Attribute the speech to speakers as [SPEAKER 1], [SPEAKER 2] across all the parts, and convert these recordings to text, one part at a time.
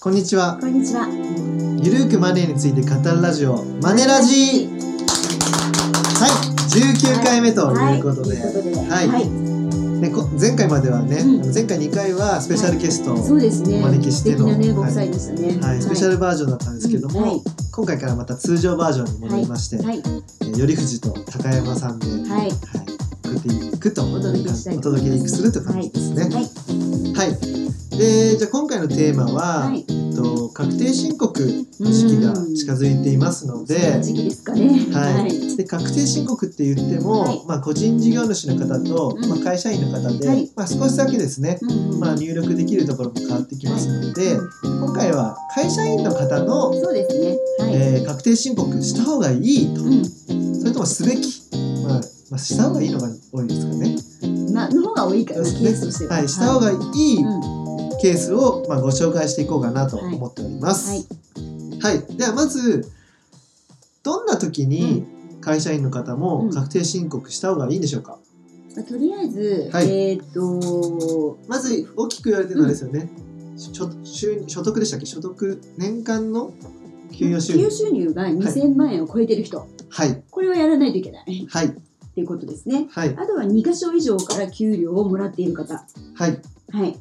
[SPEAKER 1] こんにちは
[SPEAKER 2] こんにちは。
[SPEAKER 1] ゆるーくマネーについて語るラジオマネラジーはい19回目ということで、
[SPEAKER 2] はいということで
[SPEAKER 1] はい
[SPEAKER 2] はい
[SPEAKER 1] ねこ前回まではね、
[SPEAKER 2] うん
[SPEAKER 1] あの前回2回はスペシャルゲストを、
[SPEAKER 2] そうですね。
[SPEAKER 1] お招きしての
[SPEAKER 2] 素敵なねご夫妻でしたね。
[SPEAKER 1] はい、スペシャ
[SPEAKER 2] ル
[SPEAKER 1] ルバージョンだったんですけども、
[SPEAKER 2] はい
[SPEAKER 1] 今回からまた通常バージョンに戻りまして、
[SPEAKER 2] はい
[SPEAKER 1] えー頼藤と高山さんで、はい
[SPEAKER 2] はい
[SPEAKER 1] 送っていくと
[SPEAKER 2] お届けしたい
[SPEAKER 1] お
[SPEAKER 2] と思
[SPEAKER 1] 届
[SPEAKER 2] い
[SPEAKER 1] けい
[SPEAKER 2] ます
[SPEAKER 1] くするという感じですね。
[SPEAKER 2] はい
[SPEAKER 1] はい、でじゃあ今回のテーマは、
[SPEAKER 2] はい。
[SPEAKER 1] えっと確定申告の時期が近づいていますので、
[SPEAKER 2] その時期ですかね。
[SPEAKER 1] はい。で確定申告って言っても、
[SPEAKER 2] はい
[SPEAKER 1] まあ、個人事業主の方と、
[SPEAKER 2] うん
[SPEAKER 1] まあ、会社員の方で、
[SPEAKER 2] はい
[SPEAKER 1] まあ、少しだけですね、
[SPEAKER 2] うんうん
[SPEAKER 1] まあ、入力できるところも変わってきますので、今回は会社員の方の、
[SPEAKER 2] そうですね。はい。
[SPEAKER 1] えー確定申告した方がいいと
[SPEAKER 2] う
[SPEAKER 1] それともすべき、まあまあ、した方がいいのが多いですかね。
[SPEAKER 2] ん。まあの方が多いからケースとしては。
[SPEAKER 1] はい、した方がいい
[SPEAKER 2] うん
[SPEAKER 1] ケースを、まあ、ご紹介していこうかなと思っております。はい、ではまずどんな時に会社員の方
[SPEAKER 2] う
[SPEAKER 1] も
[SPEAKER 2] ん
[SPEAKER 1] 確定申告した方がいいんでしょうか、
[SPEAKER 2] まあとりあえず、
[SPEAKER 1] はい
[SPEAKER 2] えーっと
[SPEAKER 1] まず大きく言われてるのはあれですよね、しょ収入所得でしたっけ所得年間の給与収入
[SPEAKER 2] 給与収入が2000万円を超えてる人、
[SPEAKER 1] はい
[SPEAKER 2] これはやらないといけない
[SPEAKER 1] はい
[SPEAKER 2] っていうことですね。
[SPEAKER 1] はい
[SPEAKER 2] あとは2箇所以上から給料をもらっている方。
[SPEAKER 1] はい
[SPEAKER 2] はい。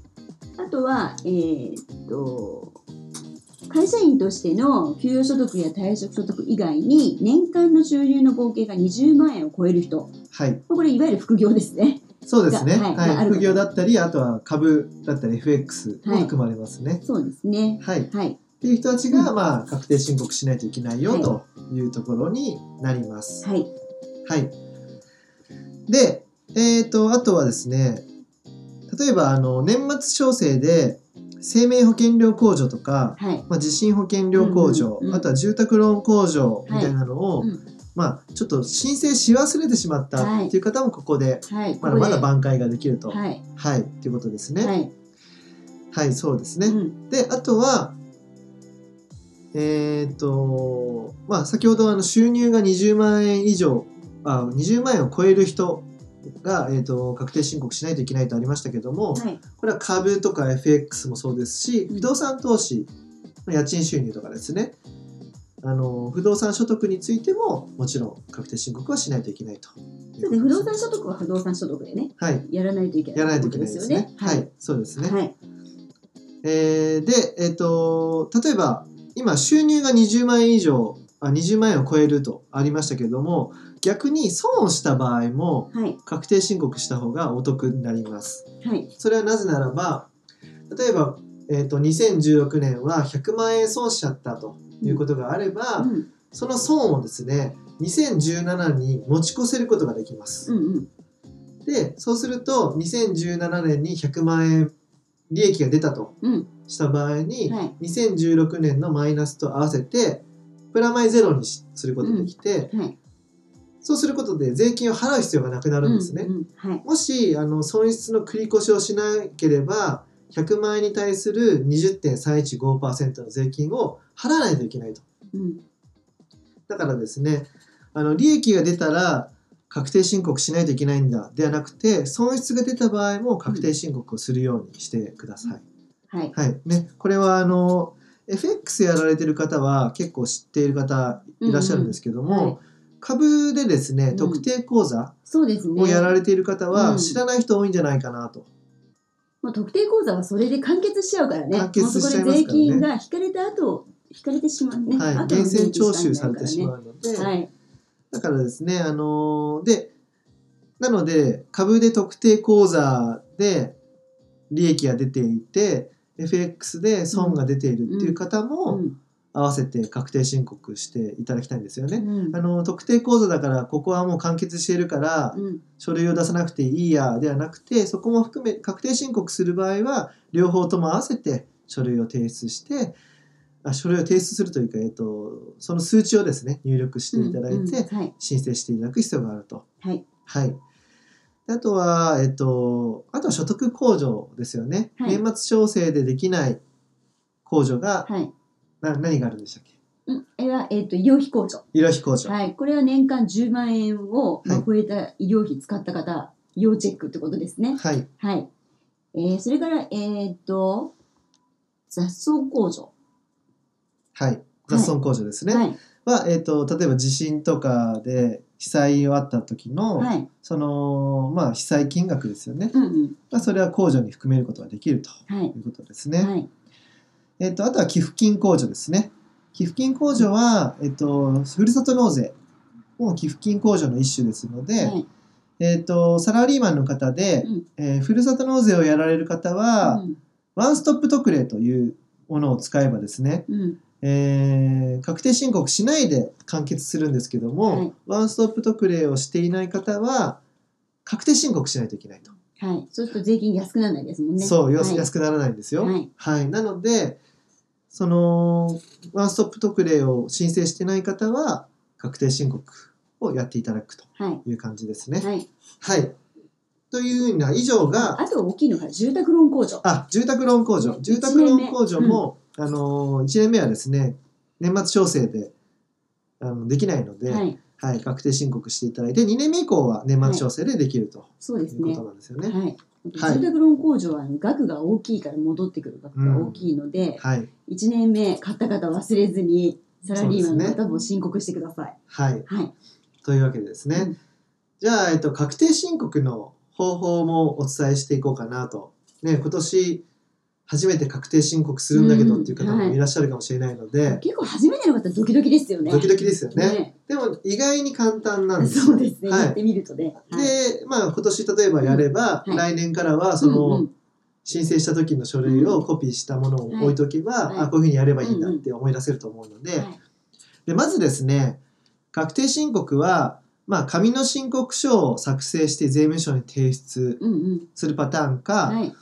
[SPEAKER 2] あとは、えーっと、会社員としての給与所得や退職所得以外に、年間の収入の合計が20万円を超える人。
[SPEAKER 1] はい
[SPEAKER 2] これ、いわゆる副業ですね。
[SPEAKER 1] そうですね
[SPEAKER 2] がはいが
[SPEAKER 1] は
[SPEAKER 2] あ
[SPEAKER 1] い
[SPEAKER 2] る
[SPEAKER 1] 副業だったりあとは株だったり FX も
[SPEAKER 2] はい
[SPEAKER 1] 含まれますね
[SPEAKER 2] そうですね。
[SPEAKER 1] はい、っ
[SPEAKER 2] はい。
[SPEAKER 1] ていう人たちが、まあ、確定申告しないといけないよというところになります
[SPEAKER 2] はい。
[SPEAKER 1] はい。で、えっ、と、あとはですね、例えば、あの、年末調整で、生命保険料控除とか、
[SPEAKER 2] はい。
[SPEAKER 1] まあ、地震保険料控除、
[SPEAKER 2] うんうんうん
[SPEAKER 1] あとは住宅ローン控除み
[SPEAKER 2] はい
[SPEAKER 1] たいなのを、
[SPEAKER 2] うん
[SPEAKER 1] まあ、ちょっと申請し忘れてしまったっていう方もここで、
[SPEAKER 2] はい。
[SPEAKER 1] まだまだ
[SPEAKER 2] こ
[SPEAKER 1] 挽回ができると。
[SPEAKER 2] こで
[SPEAKER 1] はい、
[SPEAKER 2] はい。
[SPEAKER 1] っていうことですね。は、
[SPEAKER 2] はいい。
[SPEAKER 1] そうです
[SPEAKER 2] う
[SPEAKER 1] ね。
[SPEAKER 2] ん。
[SPEAKER 1] で、あとは、えっ、と、まあ、先ほどあの収入が20万円以上、あ20万円を超える人が、えー、と確定申告しないといけないとありましたけども、
[SPEAKER 2] はい。
[SPEAKER 1] これは株とか FX もそうですし、
[SPEAKER 2] うん
[SPEAKER 1] 不動産投資、まあ家賃収入とかですね、あの不動産所得についても、もちろん確定申告はしないといけないとい
[SPEAKER 2] そうう
[SPEAKER 1] こと
[SPEAKER 2] で不
[SPEAKER 1] です
[SPEAKER 2] 動産所得は不動産所得でね、
[SPEAKER 1] はい、
[SPEAKER 2] やらないといけない
[SPEAKER 1] やらないといけないですね。
[SPEAKER 2] ってこと
[SPEAKER 1] はい、そうですね。
[SPEAKER 2] はい。
[SPEAKER 1] えーで、えっと例えば今収入が20万円以上あ20万円を超えるとありましたけれども逆に損をした場合も
[SPEAKER 2] はい。
[SPEAKER 1] 確定申告した方がお得になります
[SPEAKER 2] はい。
[SPEAKER 1] それはなぜならば例えば、えっと2016年は100万円損しちゃったということがあれば、
[SPEAKER 2] うん。うん
[SPEAKER 1] その損をですね2017に持ち越せることができます、
[SPEAKER 2] うん。
[SPEAKER 1] でそうすると2017年に100万円利益が出たと
[SPEAKER 2] うん。
[SPEAKER 1] した場合に、
[SPEAKER 2] はい。
[SPEAKER 1] 2016年のマイナスと合わせてプラマイゼロにしすることできて、
[SPEAKER 2] はい。
[SPEAKER 1] そうすることで税金を払う必要がなくなるんですね、
[SPEAKER 2] うんうんはい。
[SPEAKER 1] もしあの損失の繰り越しをしなければ100万円に対する20.315%の税金を払わないといけないと
[SPEAKER 2] うん。
[SPEAKER 1] だからですねあの利益が出たら確定申告しないといけないんだではなくて損失が出た場合も確定申告をするようにしてください、
[SPEAKER 2] はい。
[SPEAKER 1] はいね、これはあの FX やられてる方は結構知っている方いらっしゃるんですけども、
[SPEAKER 2] うんうんはい
[SPEAKER 1] 株でですね
[SPEAKER 2] うん
[SPEAKER 1] 特定口座
[SPEAKER 2] そうですね。
[SPEAKER 1] をやられている方
[SPEAKER 2] う
[SPEAKER 1] は
[SPEAKER 2] ん
[SPEAKER 1] 知らない人多いんじゃないかなと、
[SPEAKER 2] まあ、特定口座はそれで完結しちゃうからね。
[SPEAKER 1] 完結しちゃいますからね
[SPEAKER 2] もうそこで税金が引かれた後、引かれてしまうね。
[SPEAKER 1] はい、
[SPEAKER 2] 後の
[SPEAKER 1] 源
[SPEAKER 2] 税
[SPEAKER 1] 泉
[SPEAKER 2] 金
[SPEAKER 1] 徴
[SPEAKER 2] しか
[SPEAKER 1] 収
[SPEAKER 2] な
[SPEAKER 1] され
[SPEAKER 2] いか
[SPEAKER 1] て
[SPEAKER 2] ら
[SPEAKER 1] し
[SPEAKER 2] ね
[SPEAKER 1] まうので、
[SPEAKER 2] はい。
[SPEAKER 1] だからですねあのーでなので株で特定口座で利益が出ていて FX で損が出ているっていう方
[SPEAKER 2] う
[SPEAKER 1] も
[SPEAKER 2] ん
[SPEAKER 1] 合わせて確定申告していただきたいんですよね。
[SPEAKER 2] うん
[SPEAKER 1] あの特定口座だからここはもう完結しているから
[SPEAKER 2] うん
[SPEAKER 1] 書類を出さなくていいやではなくてそこも含め確定申告する場合は両方とも合わせて書類を提出してあ書類を提出するというか、えっと、その数値をですね入力していただい
[SPEAKER 2] うんうん
[SPEAKER 1] て
[SPEAKER 2] はい。
[SPEAKER 1] 申請していただく必要があると。
[SPEAKER 2] はい。
[SPEAKER 1] はいあとは、えっと、あとは所得控除ですよね。
[SPEAKER 2] はい
[SPEAKER 1] 年末調整でできない控除が、
[SPEAKER 2] はい。
[SPEAKER 1] な何があるんでしたっけ
[SPEAKER 2] うん。えは、えっ、と、医療費控除。
[SPEAKER 1] 医療費控除。
[SPEAKER 2] はい。これは年間10万円を、ま
[SPEAKER 1] は
[SPEAKER 2] あ
[SPEAKER 1] い、
[SPEAKER 2] 超えた医療費使った方、要チェックってことですね。
[SPEAKER 1] はい。
[SPEAKER 2] はい。えー、それから、えっ、と、雑草控除。
[SPEAKER 1] はい、雑損控除ですね。は
[SPEAKER 2] はい。
[SPEAKER 1] えっと例えば地震とかで被災をあった時の、
[SPEAKER 2] はい。
[SPEAKER 1] そのまあ被災金額ですよね。
[SPEAKER 2] うん
[SPEAKER 1] まあ、それは控除に含めることができると
[SPEAKER 2] うん。はい
[SPEAKER 1] い。うことですね。
[SPEAKER 2] はい。
[SPEAKER 1] えっとあとは寄付金控除ですね。寄付金控除は、えっとふるさと納税も寄付金控除の一種ですので、
[SPEAKER 2] はい。
[SPEAKER 1] えっとサラリーマンの方で、
[SPEAKER 2] うん
[SPEAKER 1] えーふるさと納税をやられる方は、
[SPEAKER 2] うん
[SPEAKER 1] ワンストップ特例というものを使えばですね、
[SPEAKER 2] うん。
[SPEAKER 1] えー確定申告しないで完結するんですけども、
[SPEAKER 2] はい
[SPEAKER 1] ワンストップ特例をしていない方は確定申告しないといけないと、
[SPEAKER 2] はい。そうすると税金安くならないですもんね。
[SPEAKER 1] そう要
[SPEAKER 2] 要
[SPEAKER 1] するに安くならないんですよ。
[SPEAKER 2] は
[SPEAKER 1] はい、
[SPEAKER 2] い。
[SPEAKER 1] なのでそのワンストップ特例を申請してない方は確定申告をやっていただくと
[SPEAKER 2] はい。
[SPEAKER 1] いう感じですね。はい、
[SPEAKER 2] はい。
[SPEAKER 1] というような以上が
[SPEAKER 2] あと大きいのが住宅ローン控除。
[SPEAKER 1] あ、住宅ローン控除。住宅ローン控除も、あのー、1年目はですね、年末調整で、あの、できないので、は、
[SPEAKER 2] はいい。
[SPEAKER 1] 確定申告していただいて、2年目以降は年末調整でできると
[SPEAKER 2] そう
[SPEAKER 1] い
[SPEAKER 2] です
[SPEAKER 1] うこ
[SPEAKER 2] ね
[SPEAKER 1] と。なんですよね。
[SPEAKER 2] はい。
[SPEAKER 1] はい
[SPEAKER 2] 住宅ローン控除はあの額が大きいから戻ってくる額が大きいので、
[SPEAKER 1] はい、
[SPEAKER 2] 一1年目買った方忘れずにサラリーマンの方も申告してください。
[SPEAKER 1] はい。
[SPEAKER 2] はい。
[SPEAKER 1] というわけでですね、
[SPEAKER 2] うん
[SPEAKER 1] じゃあ、えっと、確定申告の方法もお伝えしていこうかなと。ね、今年、初めて確定申告するんだけどっていう方
[SPEAKER 2] うんは
[SPEAKER 1] も
[SPEAKER 2] い
[SPEAKER 1] いらっしゃるかもしれないので、
[SPEAKER 2] 結構初めての方ドキドキですよね。
[SPEAKER 1] ドキドキですよね。
[SPEAKER 2] ね
[SPEAKER 1] でも、意外に簡単なんですよ
[SPEAKER 2] そうですね。
[SPEAKER 1] は
[SPEAKER 2] や
[SPEAKER 1] い
[SPEAKER 2] っ。てみるとね。はい
[SPEAKER 1] で、まあ、今年例えばやれば、
[SPEAKER 2] うん
[SPEAKER 1] 来年からはその、
[SPEAKER 2] うんうん
[SPEAKER 1] 申請した時の書類をコピーしたものを置いとけば、
[SPEAKER 2] はいは
[SPEAKER 1] あ
[SPEAKER 2] い
[SPEAKER 1] こういうふうにやればいいんだって思い出せると思うので,、
[SPEAKER 2] はい
[SPEAKER 1] でまずですね確定申告は、まあ、紙の申告書を作成して税務署に提出
[SPEAKER 2] うんうん。
[SPEAKER 1] するパターンか、
[SPEAKER 2] はい。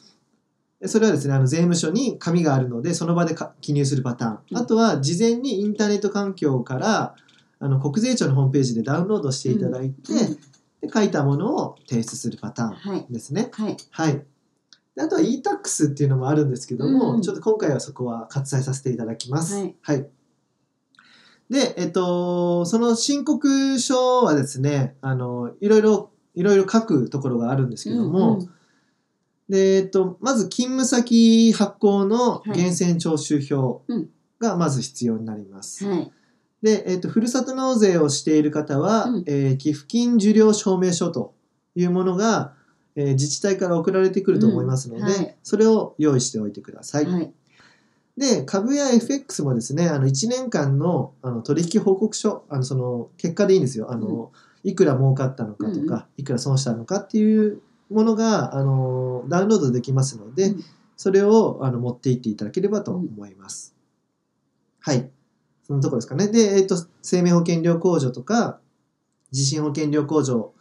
[SPEAKER 1] それはですねあの税務署に紙があるのでその場でか記入するパターン、
[SPEAKER 2] うん
[SPEAKER 1] あとは事前にインターネット環境からあの国税庁のホームページでダウンロードしていただいて、で書いたものを提出するパターン
[SPEAKER 2] はい。
[SPEAKER 1] ですね。
[SPEAKER 2] はい。
[SPEAKER 1] はい。であとは e-tax っていうのもあるんですけども、
[SPEAKER 2] うん
[SPEAKER 1] ちょっと今回はそこは割愛させていただきます。
[SPEAKER 2] はい。
[SPEAKER 1] で、えっと、その申告書はですね、あの、いろいろ、いろいろ書くところがあるんですけども、
[SPEAKER 2] うんうん
[SPEAKER 1] で、えっと、まず勤務先発行の
[SPEAKER 2] はい
[SPEAKER 1] 源泉徴収票
[SPEAKER 2] うん
[SPEAKER 1] がまず必要になります。
[SPEAKER 2] はい。
[SPEAKER 1] で、えっと、ふるさと納税をしている方は、
[SPEAKER 2] うん
[SPEAKER 1] えー寄付金受領証明書というものが、えー自治体から送られてくると思いますので、
[SPEAKER 2] うんはい
[SPEAKER 1] それを用意しておいてください。
[SPEAKER 2] はい。
[SPEAKER 1] で、株や FX もですね、あの1年間のあの取引報告書、あのその結果でいいんですよ。あのいくら儲かったのかと
[SPEAKER 2] うんう
[SPEAKER 1] か、いくら損したのかっていうものがあのダウンロードできますので、
[SPEAKER 2] うん
[SPEAKER 1] それをあの持っていっていただければと思います。はい。そのところですかね。で、えっ、と、生命保険料控除とか、地震保険料控除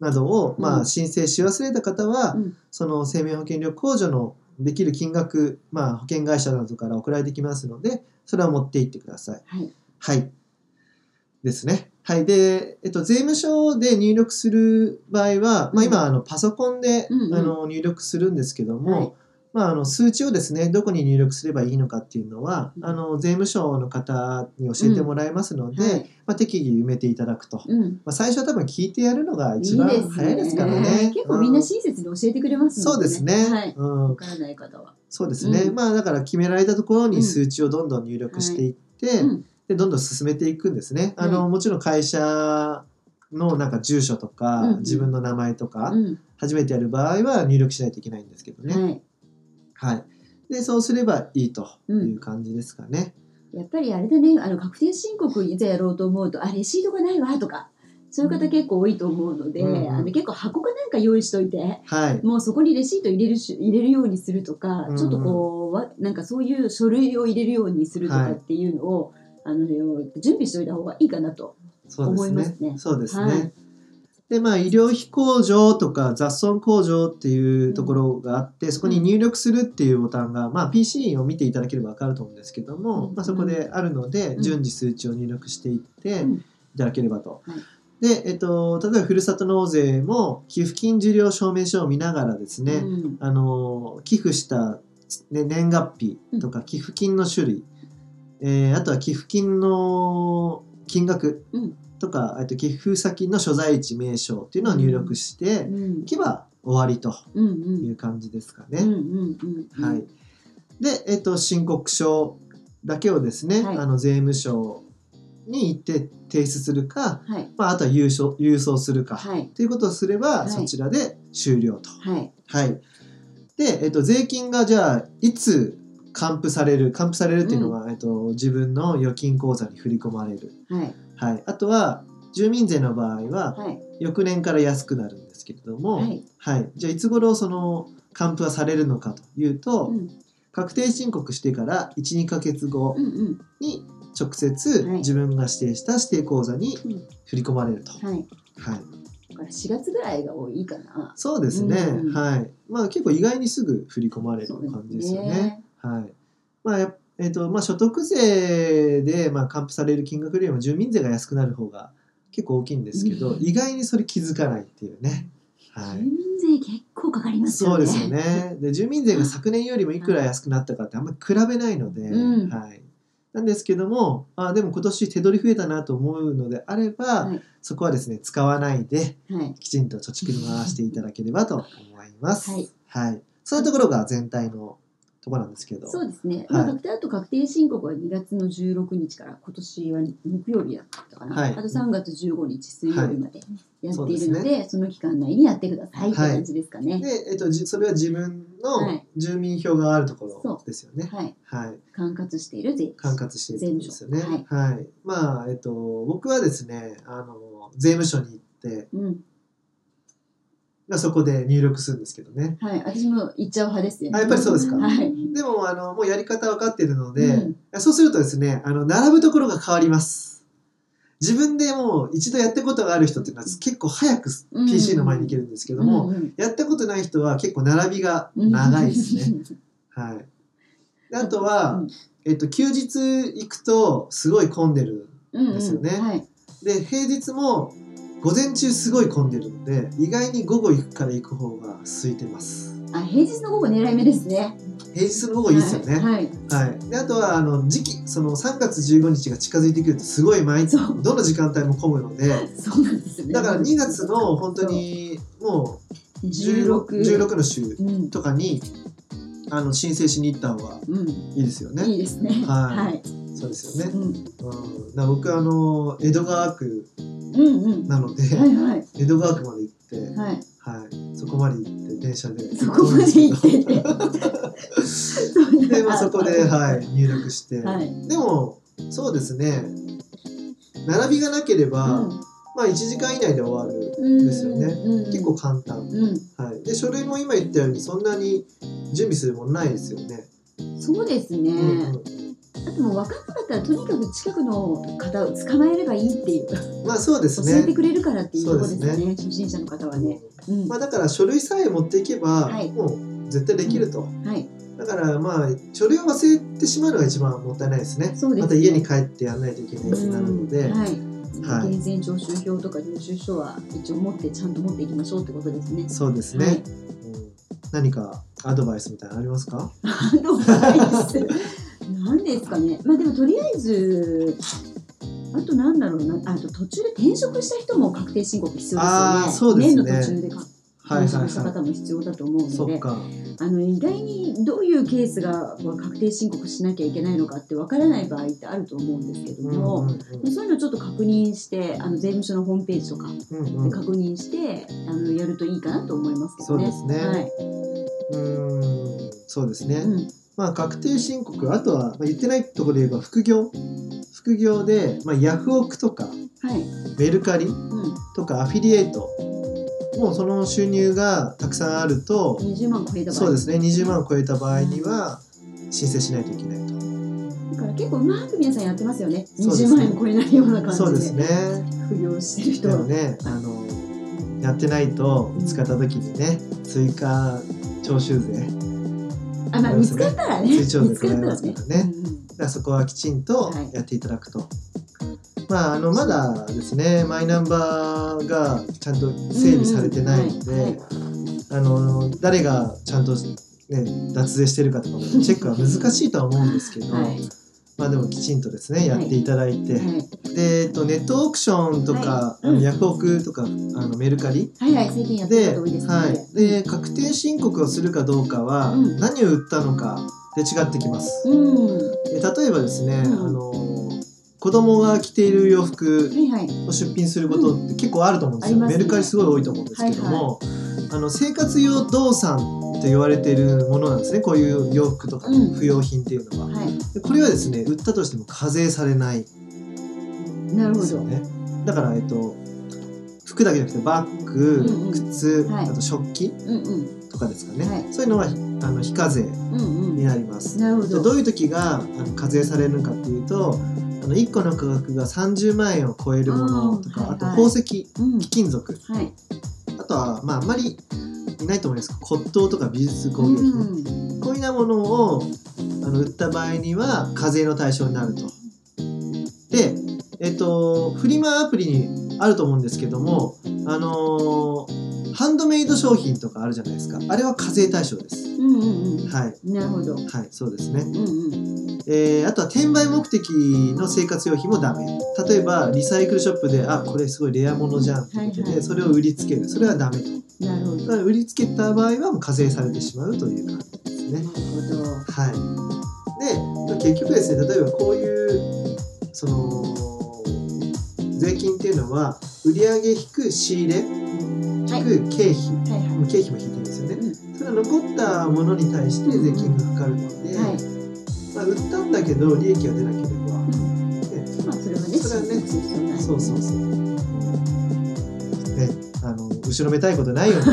[SPEAKER 1] などを、
[SPEAKER 2] うん
[SPEAKER 1] まあ、申請し忘れた方は、
[SPEAKER 2] うん
[SPEAKER 1] その生命保険料控除のできる金額、まあ、保険会社などから送られてきますので、それは持っていってください。
[SPEAKER 2] はい。
[SPEAKER 1] はい。ですね。はい。で、えっと、税務署で入力する場合は、まあ、今、あの、パソコンで、
[SPEAKER 2] うんうん
[SPEAKER 1] あの、入力するんですけども、
[SPEAKER 2] はい
[SPEAKER 1] まあ、あの、数値をですね、どこに入力すればいいのかっていうのは、
[SPEAKER 2] うん
[SPEAKER 1] あの、税務署の方に教えてもらえますので、
[SPEAKER 2] はい
[SPEAKER 1] まあ、適宜埋めていただくと。
[SPEAKER 2] うん。
[SPEAKER 1] まあ、最初は多分聞いてやるのが
[SPEAKER 2] い
[SPEAKER 1] 一
[SPEAKER 2] い
[SPEAKER 1] 番
[SPEAKER 2] です
[SPEAKER 1] 早いですからね。
[SPEAKER 2] 結構みんな
[SPEAKER 1] う
[SPEAKER 2] 親切に教えてくれますも
[SPEAKER 1] そ
[SPEAKER 2] ん
[SPEAKER 1] うですね。
[SPEAKER 2] はい。
[SPEAKER 1] うん
[SPEAKER 2] わ、からない方は。
[SPEAKER 1] そうですね。
[SPEAKER 2] うん
[SPEAKER 1] まあだから決められたところ
[SPEAKER 2] う
[SPEAKER 1] に
[SPEAKER 2] ん
[SPEAKER 1] 数値をどんどん入力していって、
[SPEAKER 2] うん
[SPEAKER 1] でどんどん進めていくんですね。あの
[SPEAKER 2] う
[SPEAKER 1] もちろん会社のなんか住所とか、
[SPEAKER 2] うんうん
[SPEAKER 1] 自分の名前とか、
[SPEAKER 2] うん。
[SPEAKER 1] 初めてやる場合は入力しないといけないんですけどね。はい。
[SPEAKER 2] はい。
[SPEAKER 1] でそうすればいいという感じですかね。
[SPEAKER 2] やっぱりあれだね、あの確定申告いざやろうと思うと、あ、レシートがないわとか、そういう方結構多いと思うので、
[SPEAKER 1] うんうん
[SPEAKER 2] あの結構箱かなんか用意しといて、
[SPEAKER 1] はい。
[SPEAKER 2] もうそこにレシート入れるし入れるようにするとか、
[SPEAKER 1] うんうん
[SPEAKER 2] ちょっとこうわ、なんかそういう書類を入れるようにすると
[SPEAKER 1] は
[SPEAKER 2] か
[SPEAKER 1] い
[SPEAKER 2] っていうのを、あの準備しておいた方がいいかなと。
[SPEAKER 1] そうです
[SPEAKER 2] 思い
[SPEAKER 1] ね。
[SPEAKER 2] ますね
[SPEAKER 1] そうですね。
[SPEAKER 2] はい
[SPEAKER 1] でまあ、医療費控除とか雑損控除っていうところがあって、そこに入力するっていうボタンが、まあ、PC を見ていただければ分かると思うんですけども、
[SPEAKER 2] うん
[SPEAKER 1] まあ、そこであるので、
[SPEAKER 2] うん
[SPEAKER 1] 順次数値を入力していって
[SPEAKER 2] うん
[SPEAKER 1] いただければと。
[SPEAKER 2] は
[SPEAKER 1] で、えっと、例えばふるさと納税も寄付金受領証明書を見ながらですね、
[SPEAKER 2] うん
[SPEAKER 1] あの寄付した、ね、年月日とか寄付金の種類、えーあとは寄付金の金額
[SPEAKER 2] うん
[SPEAKER 1] とか、あと寄付先の所在地名称っていうのを入力して
[SPEAKER 2] うん
[SPEAKER 1] いけば終わりと
[SPEAKER 2] うんうん
[SPEAKER 1] いう感じですか
[SPEAKER 2] うん
[SPEAKER 1] ね。
[SPEAKER 2] うんうん
[SPEAKER 1] はい、で、えっと、申告書だけをですね、
[SPEAKER 2] はい
[SPEAKER 1] あの税務署に行って提出するか、
[SPEAKER 2] はい。
[SPEAKER 1] まあ、あとは郵送郵送するか、
[SPEAKER 2] はい。
[SPEAKER 1] ということをすれば、
[SPEAKER 2] はい
[SPEAKER 1] そちらで終了と。
[SPEAKER 2] はい。
[SPEAKER 1] はい、で、えっと、税金がじゃあいつ還付される還付されるっていうのは、えっと、自分の預金口座に振り込まれる、
[SPEAKER 2] はい。
[SPEAKER 1] はい、あとは住民税の場合は
[SPEAKER 2] はい。
[SPEAKER 1] 翌年から安くなるんですけれども、
[SPEAKER 2] はい。
[SPEAKER 1] はい、じゃあいつ頃その還付はされるのかというと、
[SPEAKER 2] うん。
[SPEAKER 1] 確定申告してから12ヶ月後
[SPEAKER 2] うん。
[SPEAKER 1] に直接
[SPEAKER 2] はい
[SPEAKER 1] 自分が指定した指定口座に
[SPEAKER 2] うん
[SPEAKER 1] 振り込まれると、
[SPEAKER 2] うん。はい。
[SPEAKER 1] はい、
[SPEAKER 2] だから4月ぐらいが多いかな。
[SPEAKER 1] そうですね、
[SPEAKER 2] うん
[SPEAKER 1] はいまあ結構意外にすぐ振り込まれる感じですよね。はいまあやえっとまあ、所得税で、まあ、還付される金額よりも住民税が安くなる方が結構大きいんですけど、
[SPEAKER 2] うん
[SPEAKER 1] 意外にそれ気づかないっていうね、は
[SPEAKER 2] 住
[SPEAKER 1] い、
[SPEAKER 2] 民税結構かかります
[SPEAKER 1] そ
[SPEAKER 2] よ
[SPEAKER 1] う
[SPEAKER 2] ね。
[SPEAKER 1] ですよ。ね。で住民税が昨年よりもいくら安くなったかってあんまり比べないので、
[SPEAKER 2] うん
[SPEAKER 1] はい、なんですけどもあでも今年手取り増えたなと思うのであれば、
[SPEAKER 2] はい
[SPEAKER 1] そこはですね使わないで
[SPEAKER 2] はい。
[SPEAKER 1] きちんと貯蓄に回していただければと思います。
[SPEAKER 2] はい、
[SPEAKER 1] そういうところが全体のところなんですけど
[SPEAKER 2] そうですね。まあ、
[SPEAKER 1] はい
[SPEAKER 2] 確定あと確定申告は2月の16日から、今年は木曜日だったかな。
[SPEAKER 1] はい
[SPEAKER 2] あと3月15日水曜日までやっている
[SPEAKER 1] そうです
[SPEAKER 2] ので、その期間内にやってくださいって
[SPEAKER 1] はい
[SPEAKER 2] 感じですかね。
[SPEAKER 1] で、えっと、じそれは自分
[SPEAKER 2] は
[SPEAKER 1] の
[SPEAKER 2] い
[SPEAKER 1] 住民票があるところですよね。
[SPEAKER 2] はい。
[SPEAKER 1] はい、
[SPEAKER 2] 管轄している税理士
[SPEAKER 1] 管轄しているんですよね。
[SPEAKER 2] 税務
[SPEAKER 1] はい、まあえっと僕はですねあの税務署に行って
[SPEAKER 2] うん。
[SPEAKER 1] まあそこで入力するんですけどね。
[SPEAKER 2] はい。私も行っちゃう派ですね。
[SPEAKER 1] あやっぱりそうですか
[SPEAKER 2] はい。
[SPEAKER 1] でもあのもうやり方分かってるので、
[SPEAKER 2] うん
[SPEAKER 1] そうするとですねあの並ぶところが変わります。自分でもう一度やったことがある人っていうのは結構早く
[SPEAKER 2] うん
[SPEAKER 1] PC の前に行けるんですけども、
[SPEAKER 2] うんうん
[SPEAKER 1] やったことない人は結構並びが長いですね。はい、であとは、
[SPEAKER 2] うん
[SPEAKER 1] えっと、休日行くとすごい混んでる
[SPEAKER 2] うんうん。
[SPEAKER 1] ですよね
[SPEAKER 2] はい。
[SPEAKER 1] で平日も午前中すごい混んでるので意外に午後行くから行く方が空いてます
[SPEAKER 2] あ、平日の午後狙い目ですね。
[SPEAKER 1] 平日の午後いいですよね、はい
[SPEAKER 2] はい。はい
[SPEAKER 1] であとはあの時期その3月15日が近づいてくるとすごい毎日
[SPEAKER 2] そう
[SPEAKER 1] どの時間帯も混むので
[SPEAKER 2] そうなんですよね。
[SPEAKER 1] だから2月の本当にも
[SPEAKER 2] そう
[SPEAKER 1] う16
[SPEAKER 2] 16。
[SPEAKER 1] 16の週
[SPEAKER 2] うん。
[SPEAKER 1] とかにあの申請しに行った方が
[SPEAKER 2] うん。
[SPEAKER 1] いいですよね
[SPEAKER 2] いいですね。
[SPEAKER 1] はい
[SPEAKER 2] はい。
[SPEAKER 1] そうですよね
[SPEAKER 2] うん。
[SPEAKER 1] うん、だから僕あの江戸川区
[SPEAKER 2] うんうん。
[SPEAKER 1] な
[SPEAKER 2] は
[SPEAKER 1] ので、
[SPEAKER 2] いはい。
[SPEAKER 1] 江戸川区まで行って、
[SPEAKER 2] はい。
[SPEAKER 1] はい、そこまで行って電車で
[SPEAKER 2] そこまで行ってて。そ う
[SPEAKER 1] で、まあ、そこで、はい、入力して、
[SPEAKER 2] はい。
[SPEAKER 1] でもそうですね並びがなければ、
[SPEAKER 2] う
[SPEAKER 1] まあ、1時間以内で終わる
[SPEAKER 2] ん。
[SPEAKER 1] ですよね
[SPEAKER 2] うん。
[SPEAKER 1] 結構簡単、
[SPEAKER 2] う
[SPEAKER 1] はい、で書類も今言ったようにそんなに準備するもんないですよね、
[SPEAKER 2] ん。そうですね。
[SPEAKER 1] うんうん
[SPEAKER 2] あともう分かんなかったらとにかく近くの方を捕まえればいいっていう。
[SPEAKER 1] まあそうです
[SPEAKER 2] 教えて
[SPEAKER 1] ね
[SPEAKER 2] くれるからっていうところです
[SPEAKER 1] そうです
[SPEAKER 2] ね。初心者の方はね。うん。
[SPEAKER 1] ま
[SPEAKER 2] は
[SPEAKER 1] あ、だから書類さえ持っていけば、
[SPEAKER 2] はい
[SPEAKER 1] もう絶対できると、
[SPEAKER 2] い。
[SPEAKER 1] だからまあ書類を忘れてしまうのが一番もったいないですね。
[SPEAKER 2] そうですね
[SPEAKER 1] また家に帰ってやらないといけないってなるので、
[SPEAKER 2] うんはい。
[SPEAKER 1] はい
[SPEAKER 2] 源泉徴収票とか領収書は一応持ってちゃんと持っていきましょうってことです ね。
[SPEAKER 1] そうですね、
[SPEAKER 2] はい
[SPEAKER 1] うん何かアドバイスみたいなのありますか？
[SPEAKER 2] アドバイス。何ですかね。まあでもとりあえず、あとなんだろうな。あと途中で転職した人も確定申告必要ですよね。
[SPEAKER 1] あーそうですね
[SPEAKER 2] 年の途中でか
[SPEAKER 1] はい
[SPEAKER 2] 転
[SPEAKER 1] はい
[SPEAKER 2] 職した
[SPEAKER 1] は
[SPEAKER 2] 方も必要だと思う
[SPEAKER 1] い。
[SPEAKER 2] の
[SPEAKER 1] そっ
[SPEAKER 2] で、
[SPEAKER 1] か。
[SPEAKER 2] あの意外にどういうケースがこう確定申告しなきゃいけないのかってわからない場合ってあると思うんですけど
[SPEAKER 1] うんう
[SPEAKER 2] も。
[SPEAKER 1] ん
[SPEAKER 2] そういうのをちょっと確認してあの税務署のホームページとか
[SPEAKER 1] うんう
[SPEAKER 2] で
[SPEAKER 1] ん。
[SPEAKER 2] 確認して、あのやるといいかなと思いますけどね。
[SPEAKER 1] そうですね
[SPEAKER 2] はい。
[SPEAKER 1] うんそうですね。
[SPEAKER 2] うん。
[SPEAKER 1] まあ確定申告あとは、まあ、言ってないところで言えば副業副業で、まあ、ヤフオクとか
[SPEAKER 2] はい。
[SPEAKER 1] メルカリ
[SPEAKER 2] う
[SPEAKER 1] とかアフィリエイトもうその収入がたくさんあると、
[SPEAKER 2] ん。20万超えた場合。
[SPEAKER 1] そうですね20万を超えた場合には申請しないといけないと、
[SPEAKER 2] だから結構うまく皆さんやってますよね。
[SPEAKER 1] そうですね
[SPEAKER 2] 20万円超えないような感じで。
[SPEAKER 1] そうですね
[SPEAKER 2] 副業してる人
[SPEAKER 1] でも
[SPEAKER 2] は。
[SPEAKER 1] ねあのやってないと見つかった時にね追加徴収税だか
[SPEAKER 2] あ、まあ見つかったらね。
[SPEAKER 1] 通帳で
[SPEAKER 2] 見つかったら
[SPEAKER 1] ございますからね
[SPEAKER 2] うんうん
[SPEAKER 1] らそこはきちんと
[SPEAKER 2] はい
[SPEAKER 1] やっていただくと、まああのまだですねマイナンバーがちゃんと整備されてないので、
[SPEAKER 2] うんうんはいは
[SPEAKER 1] あの誰がちゃんとね脱税してるかとかもチェックは難しいとは思うんですけど、
[SPEAKER 2] はい。
[SPEAKER 1] まあでもきちんとですね、やっていただいて、
[SPEAKER 2] はい
[SPEAKER 1] で、えっと、ネットオークションとか、
[SPEAKER 2] はい
[SPEAKER 1] あ
[SPEAKER 2] う
[SPEAKER 1] の
[SPEAKER 2] ん
[SPEAKER 1] ヤフオクとかあのメルカリ
[SPEAKER 2] はいはい、最近やってる
[SPEAKER 1] で,、
[SPEAKER 2] 方多いですね。
[SPEAKER 1] はい、で確定申告をするかどうかは、
[SPEAKER 2] うん
[SPEAKER 1] 何を売ったのかで違ってきます。
[SPEAKER 2] うん。は
[SPEAKER 1] え例えばですね、
[SPEAKER 2] うん
[SPEAKER 1] あの子供が着ている洋服
[SPEAKER 2] いはい。
[SPEAKER 1] を出品することって結構あると思うんですよ、
[SPEAKER 2] あります
[SPEAKER 1] メ
[SPEAKER 2] ね
[SPEAKER 1] ルカリすごい多いと思うんですけども、あの生活用動産と言われているものなんですねこういう洋服とか
[SPEAKER 2] うん
[SPEAKER 1] 不用品っていうのは、
[SPEAKER 2] はい。
[SPEAKER 1] でこれはですね売ったとしても課税されないん
[SPEAKER 2] なるほ
[SPEAKER 1] ですよ
[SPEAKER 2] ど。
[SPEAKER 1] ねだから、えっと、服だけじゃなくてバッグ、
[SPEAKER 2] うんうん
[SPEAKER 1] 靴、
[SPEAKER 2] はい
[SPEAKER 1] あと食器
[SPEAKER 2] うんうん。
[SPEAKER 1] とかですかね、
[SPEAKER 2] はい
[SPEAKER 1] そういうのはあの非課税
[SPEAKER 2] うんう
[SPEAKER 1] に
[SPEAKER 2] ん。
[SPEAKER 1] なります、
[SPEAKER 2] なるほ
[SPEAKER 1] で
[SPEAKER 2] ど。
[SPEAKER 1] どういう時があの課税されるのかっていうとあの1個の価格が30万円を超えるものとか
[SPEAKER 2] あー
[SPEAKER 1] あと
[SPEAKER 2] はいはい
[SPEAKER 1] 宝石
[SPEAKER 2] うん。
[SPEAKER 1] 貴金属
[SPEAKER 2] はい。
[SPEAKER 1] あとはまああんまりいないと思いますけど骨董とか美術工芸品、
[SPEAKER 2] うん。
[SPEAKER 1] こういうようなものをあの売った場合には課税の対象になると。で、えっと、フリマアプリにあると思うんですけども、あのーハンドメイド商品とかあるじゃないですか。あれは課税対象です。
[SPEAKER 2] うんうんうん。
[SPEAKER 1] はい。
[SPEAKER 2] なるほど。
[SPEAKER 1] はい、そうですね。
[SPEAKER 2] うんうん。
[SPEAKER 1] えーあとは転売目的の生活用品もダメ。例えば、リサイクルショップで、あ、これすごいレアものじゃんってことで、
[SPEAKER 2] はいはい
[SPEAKER 1] それを売りつける。それはダメと。
[SPEAKER 2] なるほど。
[SPEAKER 1] だ
[SPEAKER 2] な
[SPEAKER 1] か
[SPEAKER 2] る
[SPEAKER 1] ら売りつけた場合はもう課税されてしまうという感じですね。
[SPEAKER 2] ほど。
[SPEAKER 1] はい、で結局ですね例えばこういうその税金っていうのは売上引く仕入れ
[SPEAKER 2] はい。
[SPEAKER 1] 引く経費、
[SPEAKER 2] はい
[SPEAKER 1] もう経費も引いてるんですよね、
[SPEAKER 2] う
[SPEAKER 1] それは残ったものに対して税金がかかるので、
[SPEAKER 2] はい。はい。
[SPEAKER 1] まあ、売ったんだけど利益が出なければ、ね、
[SPEAKER 2] まあ、それはね、
[SPEAKER 1] それはね
[SPEAKER 2] 申告する必要ない。
[SPEAKER 1] そうそうそう、ね、あの後ろめたいことないように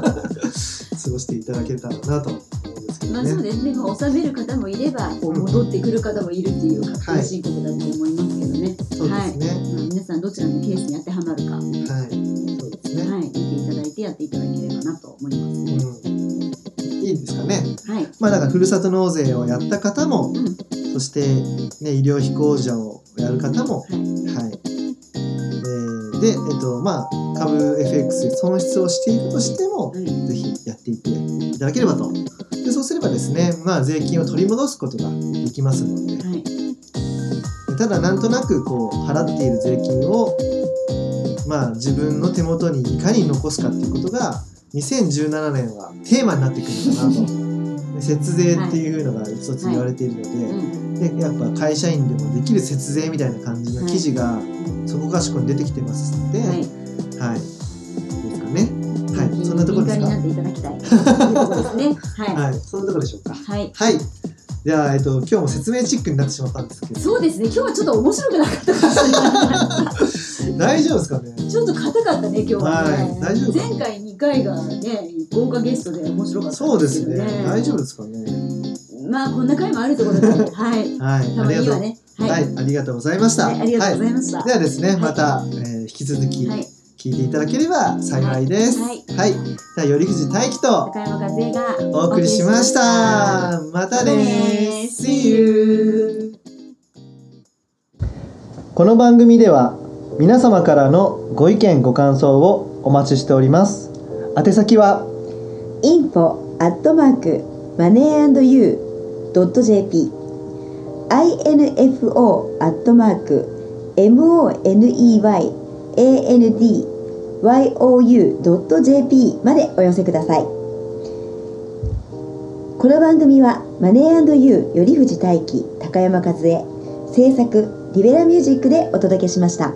[SPEAKER 1] 過ごしていただけたらなと思うんですけど
[SPEAKER 2] まあそ
[SPEAKER 1] ね。
[SPEAKER 2] うですね、まあ、納める方もいればこう戻ってくる方もいるっていう確定申告だと思いますけどね、
[SPEAKER 1] そうですね、
[SPEAKER 2] まあ、皆さんどちらのケースに当てはまるか、は
[SPEAKER 1] はい、そうですね。
[SPEAKER 2] い、見ていただいてやっていただければなと思いま
[SPEAKER 1] うんいいですかね。
[SPEAKER 2] す。はい、
[SPEAKER 1] まあだからふるさと納税をやった方も、
[SPEAKER 2] うん
[SPEAKER 1] そしてね医療費控除をやる方も、
[SPEAKER 2] はい
[SPEAKER 1] はい。えーでえっとまあ株 FX で損失をしているとしても、
[SPEAKER 2] はい
[SPEAKER 1] ぜひやっていっていただければと。でそうすればですね、まあ税金を取り戻すことができますので、
[SPEAKER 2] はい
[SPEAKER 1] ただなんとなくこう払っている税金をまあ自分の手元にいかに残すかっていうことが2017年はテーマになってくるのかなと節税っていうのが一つ言われているので,、
[SPEAKER 2] うん
[SPEAKER 1] でやっぱ会社員でもできる節税みたいな感じの記事がそこかしこに出てきてますので、はい
[SPEAKER 2] はい
[SPEAKER 1] ですかねはい
[SPEAKER 2] 最近
[SPEAKER 1] そんなところですか
[SPEAKER 2] 敏感になっていただきたいというところですね。は
[SPEAKER 1] はいそんなところでしょうか
[SPEAKER 2] い、はい
[SPEAKER 1] はいじゃあ、えっと、今日も説明チックになってしまったんですけど
[SPEAKER 2] そうですね、今日はちょっと面白くなかったかもしれない。
[SPEAKER 1] 大丈夫ですかね
[SPEAKER 2] ちょっと硬かったね、今日はね。
[SPEAKER 1] はい大丈夫
[SPEAKER 2] 前回2回がね、豪華ゲストで面白かった
[SPEAKER 1] そ
[SPEAKER 2] ん
[SPEAKER 1] う
[SPEAKER 2] で
[SPEAKER 1] ですす
[SPEAKER 2] けど
[SPEAKER 1] ね
[SPEAKER 2] ね。
[SPEAKER 1] 大丈夫ですかね
[SPEAKER 2] まあこんな回もあるところで、はい。
[SPEAKER 1] はい、
[SPEAKER 2] た
[SPEAKER 1] あ
[SPEAKER 2] ま
[SPEAKER 1] りが
[SPEAKER 2] に
[SPEAKER 1] と
[SPEAKER 2] は
[SPEAKER 1] う、
[SPEAKER 2] ね、
[SPEAKER 1] は、
[SPEAKER 2] はいい。
[SPEAKER 1] ありがとうございました。
[SPEAKER 2] はい、ありがとうございました。
[SPEAKER 1] ではですね、
[SPEAKER 2] い
[SPEAKER 1] また、えー引き続き
[SPEAKER 2] はい、
[SPEAKER 1] 聞いていただければ幸いです。
[SPEAKER 2] は
[SPEAKER 1] はいい、はい、では、より大輝と
[SPEAKER 2] 高山和恵が
[SPEAKER 1] お送りしました。またねー
[SPEAKER 2] See
[SPEAKER 1] See you。この番組では皆様からのご意見ご感想をお待ちしております。宛先は
[SPEAKER 3] info アットマークマネー .you.jp info アットマーク moneyandyou.jp までお寄せくださいこの番組はマネー &you 頼藤大輝高山和恵制作リベラミュージックでお届けしました。